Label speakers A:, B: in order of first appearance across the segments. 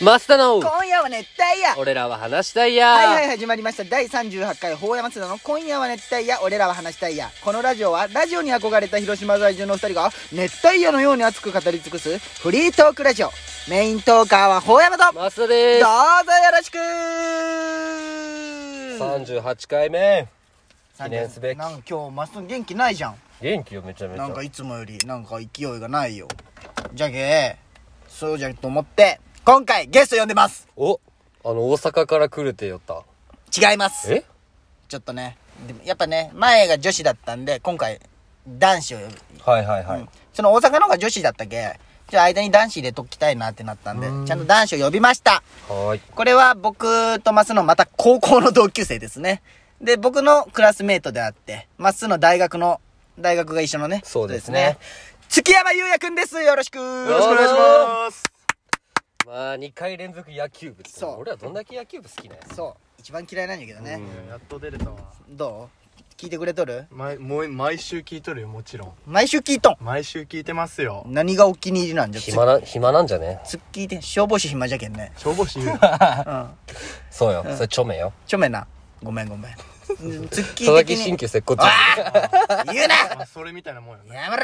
A: マスダの
B: 今夜は熱帯夜
A: 俺らは話したいや
B: はいはい始まりました第38回法山津田の今夜は熱帯夜俺らは話したいやこのラジオはラジオに憧れた広島在住の二人が熱帯夜のように熱く語り尽くすフリートークラジオメイントーカーは法山とどうぞよ
A: マスダです
B: ろしく
A: 38回目記念すべき
B: なんか今日マスト元気ないじゃん
A: 元気よめちゃめちゃ
B: なんかいつもよりなんか勢いがないよじゃけそうじゃと思って今回ゲスト呼んでます
A: おあの大阪から来るって言った
B: 違います
A: え
B: ちょっとね、でもやっぱね、前が女子だったんで、今回、男子を呼ぶ。
A: はいはいは
B: うんその大阪の方が女子だったけ、じゃあ間に男子入れときたいなってなったんで、ちゃんと男子を呼びました。
A: はーい
B: これは僕とマスのまた高校の同級生ですね。で、僕のクラスメートであって、マスの大学の、大学が一緒のね。
A: そうですね
B: そうですね。月山優也くんです。よろしく。よ
A: ろしくお願いし
C: す
A: まあ2回連続野球部
B: そう
A: 俺らどんだけ野球部好きなんや
B: す。そう。一番嫌いなんやけどね。
C: やっと出れたわ
B: どう聞いてくれとる
C: 毎もう毎週聞いとるよもちろん
B: 毎週聞いとん。
C: 毎週聞いてますよ
B: 何がお気に入りなんじゃ
A: 暇な暇なんじゃね
B: つっきーで消防士暇じゃけんね
C: 消防士 言う
B: うん
A: そうよそれちょめよ
B: ちょめなごめんごめんうんつっきー
A: 佐々
B: 的
A: 木新
B: に
A: 旧接骨院
B: 言うな
C: あそれみたいなもんよね
B: やめろ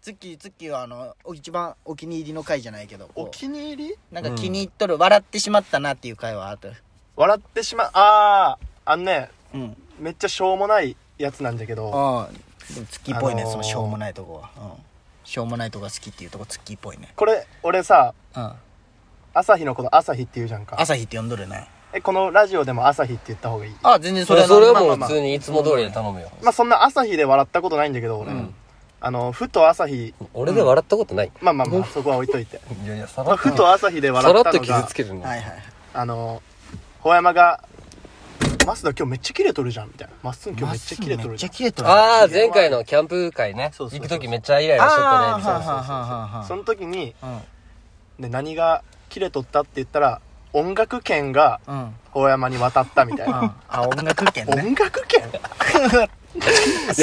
B: つっきーつっきーはあのお一番お気に入りの回じゃないけど
C: お気に入り
B: なんか気に入っとる、笑ってしまったなっていう回はあと
C: 笑ってしまうあーあのね
B: うん
C: めっちゃしょうもないやつなんだけど
B: ああでもつっきーっぽいね、
C: あのー
B: そのしょうもないとこは、うん、しょうもないとこが好きっていうとこつっきーっぽいね
C: これ俺さ
B: うん
C: 朝日のこと朝日って言うじゃんか
B: 朝日って呼んどるね
C: えこのラジオでも朝日って言った方がいい
B: ああ全然そ
A: そ
B: れ
A: れ
B: は
A: それは
B: まあま
A: も
B: あ
A: う
B: ま
A: 普
B: あ
A: 通にいつも通りで頼むよ
C: まあそんな朝日で笑ったことないんだけど俺、あのふと朝日
A: 俺で笑ったことない
C: まあまあまあそこは置いといて
A: いやいやさ
C: まあふと朝日で
A: さら
C: 笑
A: っ
C: った
A: と
C: の
A: 傷
C: が
A: つけるね
B: はいはいはい
C: あのほ山が「マスダ今日めっちゃキレとるじゃん」みたいな「まっすん今日めっちゃキレと
B: め
C: る
B: っ
C: じ
B: ち
C: ゃ
B: ゃ
C: ん
B: 切れとる
A: ああ前回のキャンプ会ね
C: そう
A: 行
C: そうそう
A: く時めっちゃイライラしとったねみたいな
B: はは」
C: その時に
B: は
C: で何がキレとったって言ったら音楽権が
B: うんうん
C: ほ山に渡ったみたいな
B: あ音楽圏ね
C: 音楽権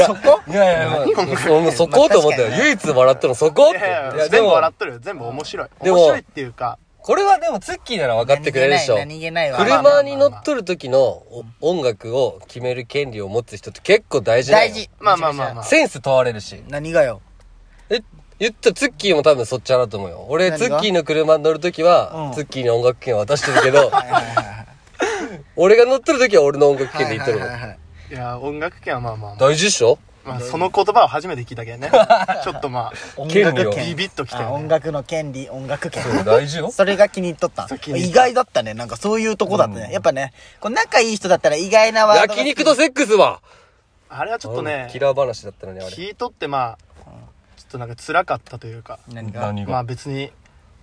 B: そこ
A: いやいや、まあ、もうそこと思った
B: ま
A: よ。
B: あ確かにね
A: 唯一笑ったのそこっ
C: い
A: て。
C: やい
A: い
C: や
A: や、
C: 全
A: で
C: 部
A: も、
C: 笑っとるよ全部面白い
A: でも
C: 面白いっていうか
A: これはでもツッキーなら分かってくれるでしょ。
B: 何気ない何気ないわ
C: まあまあまあま
A: 車
C: あ
A: に乗っとる時のお音楽を決める権利を持つ人って結構大事だ
B: 大
A: よ。
B: 事
C: まあまあまあまあ
A: センス問われるし。
B: 何がよ
A: え、言ったらツッキーも多分そっち派だと思うよ。俺、
B: 何
A: ツ
B: が
A: ッキーの車に乗る時
B: う
A: は
B: ん、
A: ツッキーに音楽権渡してるけど、 俺が乗っとる時は俺の音楽権で言っとるの。
C: いや音楽権はまあまあまあ
A: 大事っしょ
C: まあその言葉を初めて聞いたけ どねちょっとま
B: 音
A: 権利
B: 楽
A: を
B: 権
C: ビビッときたよね
B: あ音楽の権利音楽権
A: そう大事 よ。
B: それが気に入っとった
C: そう気に入っ
B: 意
C: た
B: 外だったねなんかそういうとこだったねやっぱねこう仲いい人だったら意外なワードが
A: 焼肉とセックスは
C: ああれはちょっとね
A: キラー話だったのね、あれ。
C: 聞いとってまあちょっとなんか辛かったというか
B: 何が
C: まあ別に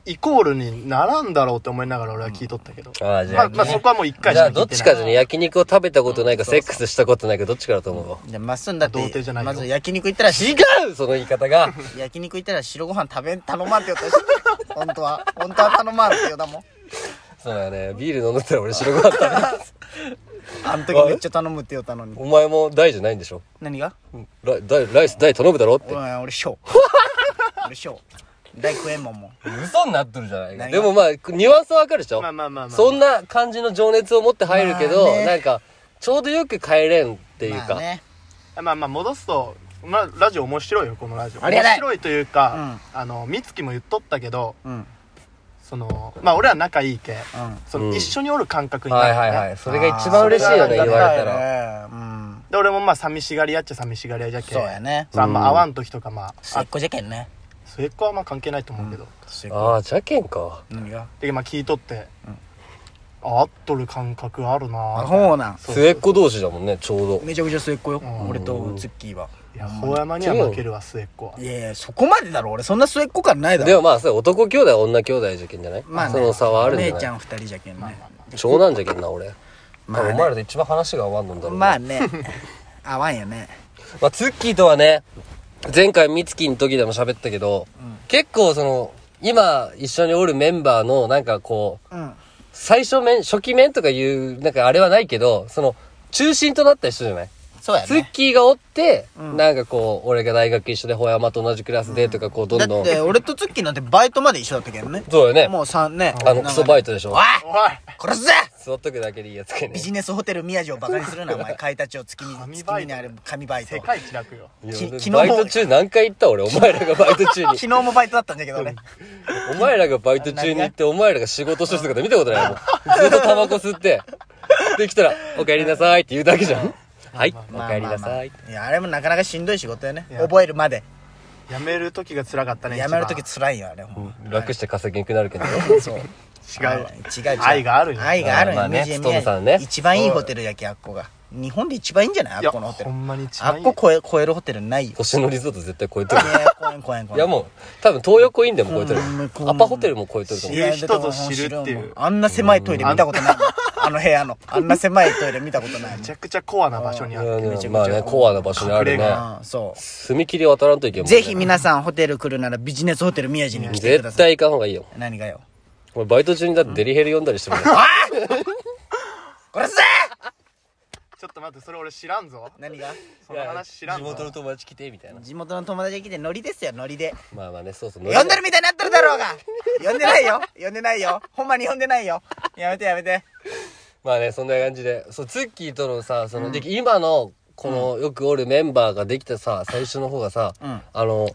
C: イコールにならんだろうって思いながら俺は聞いとったけど、
A: ああ、じゃ
C: まあ、
A: あ、
C: まあそこはもう一回
A: じ
C: し
A: ゃあ
C: か聞いてない
A: どっちかじゃね焼肉を食べたことないかセックスしたことないかどっちかだと思うわ
B: じゃあまっすんだって
C: 童貞じゃないよ
B: まず焼肉行ったらし
A: 違うその言い方が
B: 焼肉行ったら白ご飯食べん頼まんって言ったし本当は本当は頼まんって言うだもん
A: そうだよねビール飲んでたら俺白ご飯食べた
B: あの時めっちゃ頼むって言ったのに
A: お前も大じゃないんでしょ
B: 何が
A: うんライ大ライス大頼むだろって
B: 俺俺 小俺小大食えんもんも
A: 嘘になっとるじゃないか
B: 何
A: で
B: が
A: もまあニュアンスはわかるでしょ
C: まあまあまあまあ
A: そんな感じの情熱を持って入るけど、
B: まあね
A: なんかちょうどよく帰れんっていうか、
B: まあね
C: まあまあ戻すと、まあ、ラジオ面白いよこのラジオ
B: ありが
C: 面
B: たい
C: 白いというか、あの美月も言っとったけど
B: うん
C: そのまあ俺は仲いいけ、そうの
A: ん
C: 一緒におる感覚にな
A: は
C: る
A: い
C: よね、
A: はいはいそれが一番嬉しいよね
C: あー
A: 言われたら
B: らうん
C: で俺もまあ寂しがりやっちゃ寂しがりやじゃけ
B: そうやね
C: そうあんま会わん時とかまあ
B: 末
C: あ
B: っ子じゃけんね
C: 末っ子はまあ関係ないと思うけど、
B: 末っ子
A: ああじゃけんか
B: 何が
C: でまあ聞いとって、あ会っとる感覚あるな
B: あ
C: あ
B: ほうなん
C: そう
A: 末っ子同士だもんねちょうど
B: めちゃくちゃ末っ子よ
C: ん
B: 俺とツッキーはい
C: や大山には負けるわ末っ子はい
B: やいやそこまでだろ俺そんな末っ子感ないだ
A: で
B: ろ
A: もまあそれ男兄弟女兄弟じゃけんじゃない、
B: まあね
A: その差はあるんじゃない
B: 姉ちゃん二人じゃけんね
A: 長男じゃけんな俺、
B: まあね
A: 多分お前らで一番話が合わんのんだろうね
B: まあね合わんよね
A: まあツッキーとはね前回ミツキの時でも喋ったけど、結構その今一緒におるメンバーのなんかこう
B: うん
A: 最初面初期面とかいうなんかあれはないけどその中心となった人じゃない
B: そうや
A: ツッ
B: ね。
A: キーがおって、
D: うん
A: なんかこう、俺が大学一緒で、ほやまと同じクラスでとか、こう、ど
B: だ
A: んど
B: っ
A: ん。
B: て、俺とツッキーなんてバイトまで一緒だったけどね。
A: そうよね。
B: もう3ね。
A: あの、クソバイトでし
B: お
A: ょ
B: い。
C: おい
B: 殺すぜ
A: 座っとくだけでいいやつかね
B: ビ。ジネスホテル宮城をバカにするな、お前。買い立ちを月見、
C: 紙
B: 月
C: バイ
B: 見
C: ト
B: にある紙バイト
C: 世。界一楽よ
A: いや
B: き昨
A: 俺
B: 日も
A: バイト中何回行った俺、お前らがバイト中 に
B: 昨。日もバイトだったんだけどね。
A: お前らがバイト中に行って、お前らが仕事してる姿見たこと ないもん。ずっとタバコ吸って、できた ら、お帰りなさいって言うだけじゃん。はい、お
B: まあ
A: 帰りな
B: まあま
A: さ
B: あ
A: い。
B: いや、あれもなかなかしんどい仕事やね。
C: や
B: 覚えるまで。
C: やめる時が辛かったね
B: やめるとき
C: 一
B: 辛いよ、あれ。ほんま
A: 楽して稼げなくなるけど。
B: そう。
C: 番
B: 違
C: 違う
B: 違う違う。
C: 愛があるよ
B: 愛がある
A: ま
B: よ
A: あまあね
B: ね。宮
A: 勤さんね
B: 一番いいホテルやけ、あっこが。日本で一番いいんじゃないあ
C: い
B: っ
C: や
B: このホテル
C: ほ。んまに一
B: あ
C: 番い
B: っ
C: い
B: こ超え超えるホテルない よ。
A: 星野リゾート絶対超えとる
B: い。や、超えん超えん超えん。
A: いやもう、多分東横インでも超えとる
B: うんこ。う
A: アパホテルも超えとると思
C: 知
A: う。
C: る人ぞ知るっていう
B: あんな狭いトイレ見たことないもんあの部屋のあんな狭いトイレ見たことないもん
C: めちゃくちゃコアな場所にある
A: い
B: め
A: や
B: ちゃくちゃ
A: まあね、コアな場所にある
C: 隠れ
A: ね
C: 家。
B: ああそ
A: 踏切渡らんといけん
B: う
A: もんね。
B: ぜひ皆さんホテル来るならビジネスホテル宮地に来てくだ
A: 絶
B: さい
A: 対行かん方がいいよ。
B: 何がよ
A: 俺バイト中にだってデリヘル読んだりしてるもん。
B: 殺すぜ
C: ちょっと待ってそれ俺知らんぞ
B: 何が
C: その話知らん
A: 地
C: ぞ
A: 元の友達来て、みたいな。
B: 地元の友達が来てノリですよノリで
A: まあまあね、そうそう。
B: 呼んでるみたいになってるだろうが呼んでないよ呼んでないよほんまに呼んでないよやめてやめて
A: まあね、そんな感じで。そう、ツッキーとのさ、その、で今の、この、よくおるメンバーができたさ、最初の方がさ、あの、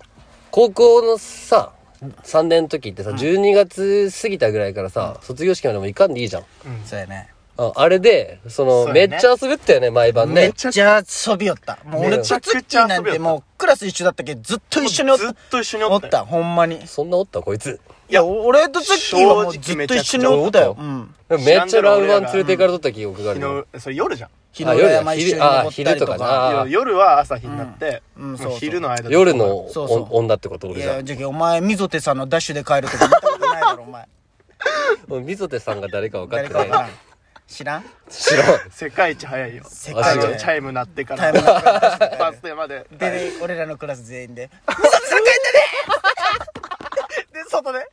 A: 高校のさ、3年の時ってさ、12月過ぎたぐらいからさ、卒業式までも行かんでいいじゃん。
B: そうやね
A: ああれで、その、
C: そう
A: め
C: やね
A: っちゃ遊ぶったよね、毎晩
B: めっ
A: ね。
B: ちゃ遊びよったもう俺
A: め
B: と
C: ちゃ
B: ツ
C: く
B: ッキ
C: ち
B: ー
C: ゃ遊び
B: な
C: よった
B: んてもうクラス一緒だったけどずっと一緒におった
C: ずっと一緒におったよ
B: おったほんまに
A: そんなおったこいつ。
B: いや、俺とツッキーはもうずっと一緒におったよ。
C: 正
B: うん。
A: めっ
C: 知らん
A: ちゃ
C: だろ
A: ラウンワン
C: 俺ら
A: 連
C: が
A: れて行かれとった記憶があるよ。
C: 昨日それ夜じゃん
B: 日の
A: 夜
B: 裏山一緒に登ったりと
A: あ昼とか
B: か。
A: あー
C: 夜夜は朝日になって
B: うんうん
C: もう
B: そうそう
C: 昼の間
A: 夜のお
B: そうそう
A: 女ってこと
B: い
A: 俺じゃ
B: や、
A: ん。
B: じゃけお前、みぞてさんのダッシュで帰るとか見たことないだろ、お前。
A: うんみぞてさんが誰か分かっ
B: 誰
A: て
B: かわから
A: なんい。。
B: 知らん
A: 知らん。
C: 世界一早いよ
B: 世
A: 界一
C: あのチャイム鳴ってか
B: タイ
C: ら
B: ムラグがある
C: バス停まで
B: で、で、俺らのクラス全員で、みぞてさん帰ったねで、外で、みぞ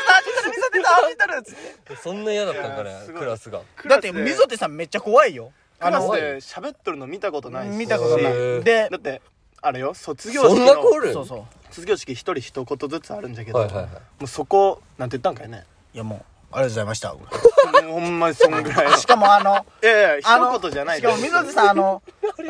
B: てさん走ったる、みぞてさん走ったるっつって。
A: そんな嫌だったんか
C: いや
A: ね
C: す、ごい
A: クラスが。
B: だって、みぞてさんめっちゃ怖いよ。
C: ク
B: あ
C: ラス
B: の、
C: で喋っとるの見たことないし
B: 見たことな
A: へー
B: い。で
C: だ、ってあれよ卒業
A: そ
C: 式
A: ん
C: の
A: なコール
B: そうそう。
C: 卒業式一人一言ずつあるんじゃけど、
A: はいはいはい
C: もうそこなんて言ったんか いね
B: いや、もう、ありがとうございました。
C: もうほんまにそんぐらいの
B: しかも、あの、
C: いやい
B: あ
C: や
B: の
C: 一言じゃない
B: しかも水瀬さんあの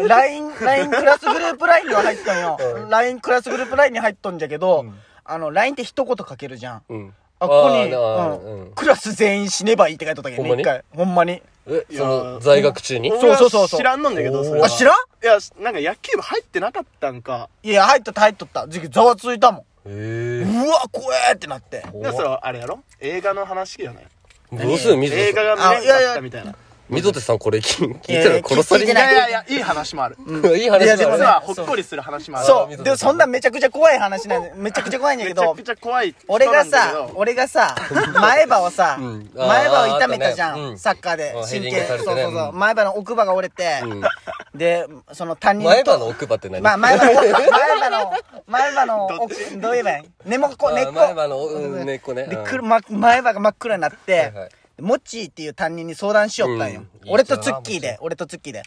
B: LINE クラスグループ LINE には入ったんよ LINE クラスグループ LINE に入っとんじゃけど、あの LINE って一言書けるじゃん、
A: うん。
B: あっこに
A: あー
B: うん
A: うん
B: クラス全員死ねばいいって書いとったけどね
A: ほんまに
B: 一回ほんまに
A: え、
C: いや
A: その、在学中に
B: んそうそうそうそう
C: 俺は知らんのんだけどそれは
B: あ知らん
C: いやなんか野球部入ってなかったんか
B: いや入っとった入っとったじゃけざわついたも
A: え
B: ん
A: ー
B: うわ怖えってなって
C: でもそれはあれやろ映画の話じゃない
A: どうするみぞて
C: 映画
A: さん。
C: が
B: あい
C: 見
B: やい
C: れ
B: や
C: なかったみたいない
A: みぞてさんこれ聞いたら殺され
B: いや
A: る。
B: いや
C: やいやいやいい話もある
A: いい話だ
B: いやでも
A: よ
C: 実
B: ね
A: ね。
C: はほっこりする話もある
A: あー
B: そ
A: 水
B: う
A: 瀬さん
B: でもそんなめちゃくちゃ怖い話なんでめちゃくちゃ怖いんだけ
C: めちゃ
B: ど
C: くちゃ怖い人
B: 俺が
C: なんだけ
B: さ
C: ど、
B: 俺が さ、前歯をさ、
A: んあー
B: 前歯を痛めたじ
A: あった
B: ゃ
A: ねうん
B: ん、サッカーで
A: うん。ヘ
B: 神
A: ディン
B: 経
A: グさ、れて
B: そ
A: ね
B: うそうそう
A: う。ん
B: 前歯の奥歯が折れて、で、その担任と。
A: 前歯の奥歯って何
B: まあ、前歯の、 前歯の、前歯の奥、どう言えばいい根もこ、
A: あー
B: 根っこ。
A: 前歯のうん根っこね
B: で、
A: うん
B: くるま前歯が真っ暗になっ
A: はい
B: て
A: はい、
B: モッチーっていう担任に相談しよったんよ
A: うん。
B: 俺とツッキー
A: いい人だ
B: で、
A: なモッチ
B: 俺とツッキーで。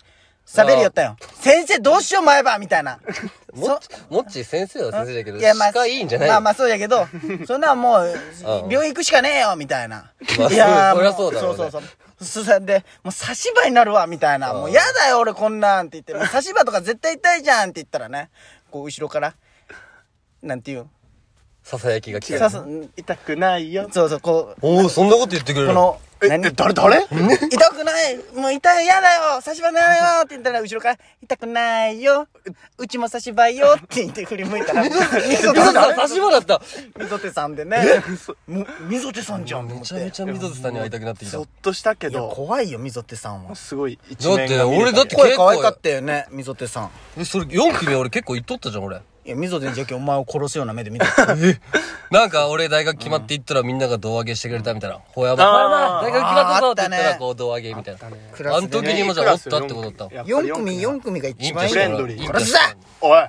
B: 喋りよったんよ。先生どうしよう前歯みたいな。
A: もっち、もっち先生は先生だけど、
B: いやまあ
A: 歯科いいんじゃない
B: まあまあそうやけ ど、そんなんもう
A: うん、
B: 病院行くしかねえよ、みたいな。
A: まあそ
B: も
A: りゃそうだろ
B: そ
A: うね
B: うそうそう。そしたらで、もう差し歯になるわ、みたいな。もうやだよ、俺こんなんって言って。もう差し歯とか絶対痛いじゃんって言ったらね、こう後ろから、なんていうの
A: ささやきが来
B: さ
A: た。
B: す、うん
C: 痛くないよ
B: そうそう、こう、
A: おお、そんなこと言ってくれる
B: こ
A: の
B: の、
C: え
B: 何
C: え誰誰
B: 痛くないもう痛いやだよ差し歯ならよって言ったら後ろから痛くないようちも差し歯よって言って振り向いたらみ
A: み
B: ぞ
A: ぞてさん、差し歯だった
B: みぞてさんでね。もみぞてさんじゃん。
A: めちゃめちゃみぞてさんに会いたくなってきた
C: ゾ。ッとしたけ
B: いや、
C: ど
B: 怖いよ、みぞてさんは。
C: すごい一
A: だっ
C: 面
A: て、
C: が見れた
A: 俺だって
B: 声
A: 結
B: 可愛かっ
A: 構、
B: たよね、みぞてさん。
A: えそれ4組俺結構言っとったじゃん、俺。
B: いや、みぞてじゃけお前を殺すような目で見てた。
A: なんか俺大学決まって行ったらみんなが胴上げしてくれたみたいな。ほやば。
C: あー
A: 大学決まったぞ
B: あーあ
A: っ
B: ってた
A: 言
B: ね
A: ったらこう胴上げみたいな。
B: ク
A: あ
B: ラ
A: の
B: スで、
A: 時
B: ね。
A: にもじゃあおったってことだった。
B: 4組、4組が一番いい
C: フレ
B: よ。
C: ンドリー
A: いいん
B: 殺
A: ですす
B: ぜ
A: よ
C: お
B: お
C: い
B: い。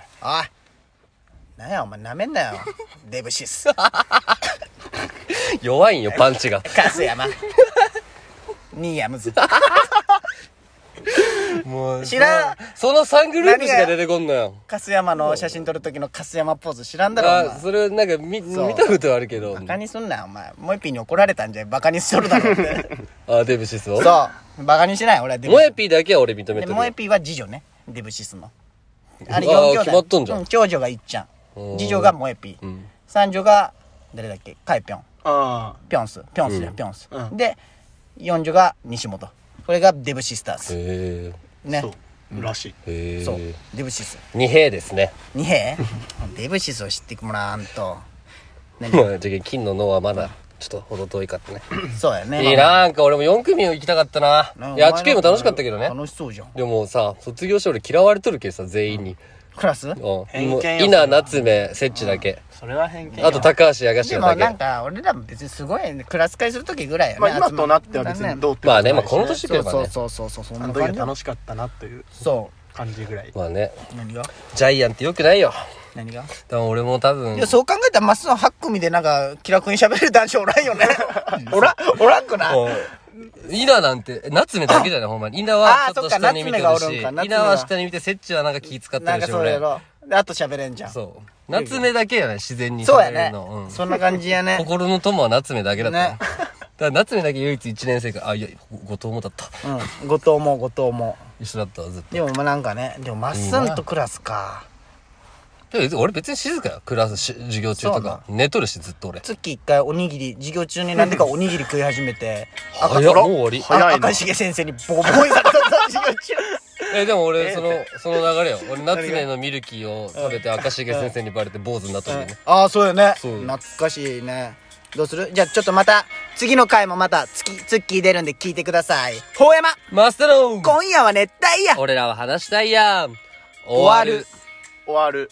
B: なんや、お前舐めんなよ。デブシス。
A: 弱いんよ、パンチが。
B: カスヤマ。ニーヤムズ。
A: もう、
B: 知らん
A: その3グループしか出てこんのよ。
B: 粕山の写真撮る時の粕山ポーズ知らんだろ、お
A: あ
B: 前。
A: それなんか見
B: そう
A: 見たことはあるけど
B: バカにすんなよ、お前。モエピーに怒られたんじゃい。バカにしとるだろって。
A: あデブシスを
B: そう。バカにしない、俺はデブ
A: モ
B: シ
A: エピーだけは俺認め
B: ス。で
A: てる
B: モエピーは次女ね。デブシスの。あれ4
A: あー
B: 兄弟。
A: 決まっとんじゃん
B: う長女がいっちゃん
A: お。ー
B: 次女がモエピ
A: う
B: ー。
A: ん
B: 三女が、誰だっけカイピョン。
C: あ
B: ピョンス。ピョンスだよ、
A: うん
B: ピョンス
C: う。ん
B: で、四女が西本。これがデブシスターズ。
A: へ
C: あ、
B: ね
C: そ。うらしい
A: えへ
B: そう
A: え。
B: デブシス。
A: 二兵ですね
B: 二 兵デブシスを知ってもらわんと。
A: まあじゃあ金の脳はまだちょっと程遠いかったね
B: そうやね。
A: いいななんか俺も4組行きたかった
B: な
A: な
B: お前
A: いや
B: の
A: 8組も楽しかったけどね
B: 楽しそうじゃん。
A: でもさ卒業して俺嫌われとるけどさ全員に
B: クラス
A: うんもう
C: 偏見よそれは
A: 稲夏目せっちだけ
C: それは偏見
A: あと高橋やがし
B: で
A: ら
B: も
A: だ
B: なん
A: け
B: か俺らも別にすごいねクラス会する時ぐらいやね
C: まあ今となっては別
B: 集まる
C: にどうって
A: まあ
C: こと
A: ねまあ
C: ないし
A: この年く
B: そ
A: れ
B: う
A: ば
B: そう
A: ね
B: そうそうそうそん
C: あ
B: な
C: の時は
B: 感じ
C: 楽しかったなという
B: そ
C: 感じぐらい
A: まあね
B: う何が
A: ジャイアンってよくないよ
B: 何が
A: でも俺も多分
B: いやそう考えたらまっすぐ8組でなんか気楽に喋る男子おらん よねおらおらんくない
A: イナなんて、夏目だけじ ゃない、ほんまに。イナはちょっと下に見て
B: あ
A: る
B: ーそっか夏目がおるん
A: し
B: か夏目、が
A: イナは下に見て、セッチはなんか気使って
B: なん
A: る
B: か
A: し、
B: そうや
A: 俺。
B: ろであと喋れんじゃんそう
A: そう。夏目だけやね、自然に
B: そうや
A: 喋れ
B: ね
A: るの。うん
B: そんな感じやね
A: 心の友は夏目だけだった。
B: ね
A: だから夏目だけ唯一1年生が、あ、いや、後藤もだった。
B: うん後藤も後藤も
A: 一緒だったわ、ずっと。
B: でもまあなんかねでもまっすんとクラスか
A: でも別に俺別に静かよ、クラスし、授業中
B: そ
A: と
B: うな
A: か。寝とるし、ずっと俺。
B: 月1回おにぎり授業中になんでかおにぎり食い始めて
A: 早っ、もう終わり。
C: 早いな
B: あ赤重先生にボコボコにされた授業中
A: え、でも俺、その、その流れよ。俺、夏目のミルキーを食べて、赤重先生にバレて坊主になったんだよね。
B: ああそうよね
A: そう
B: 懐かしいねどうするじゃあちょっとまた次の回もまたツキツッキー出るんで聞いてくださいほうやま
A: マスタロー
B: 今夜は熱帯夜
A: 俺らは話したいやん終
B: 終わる
C: 終わる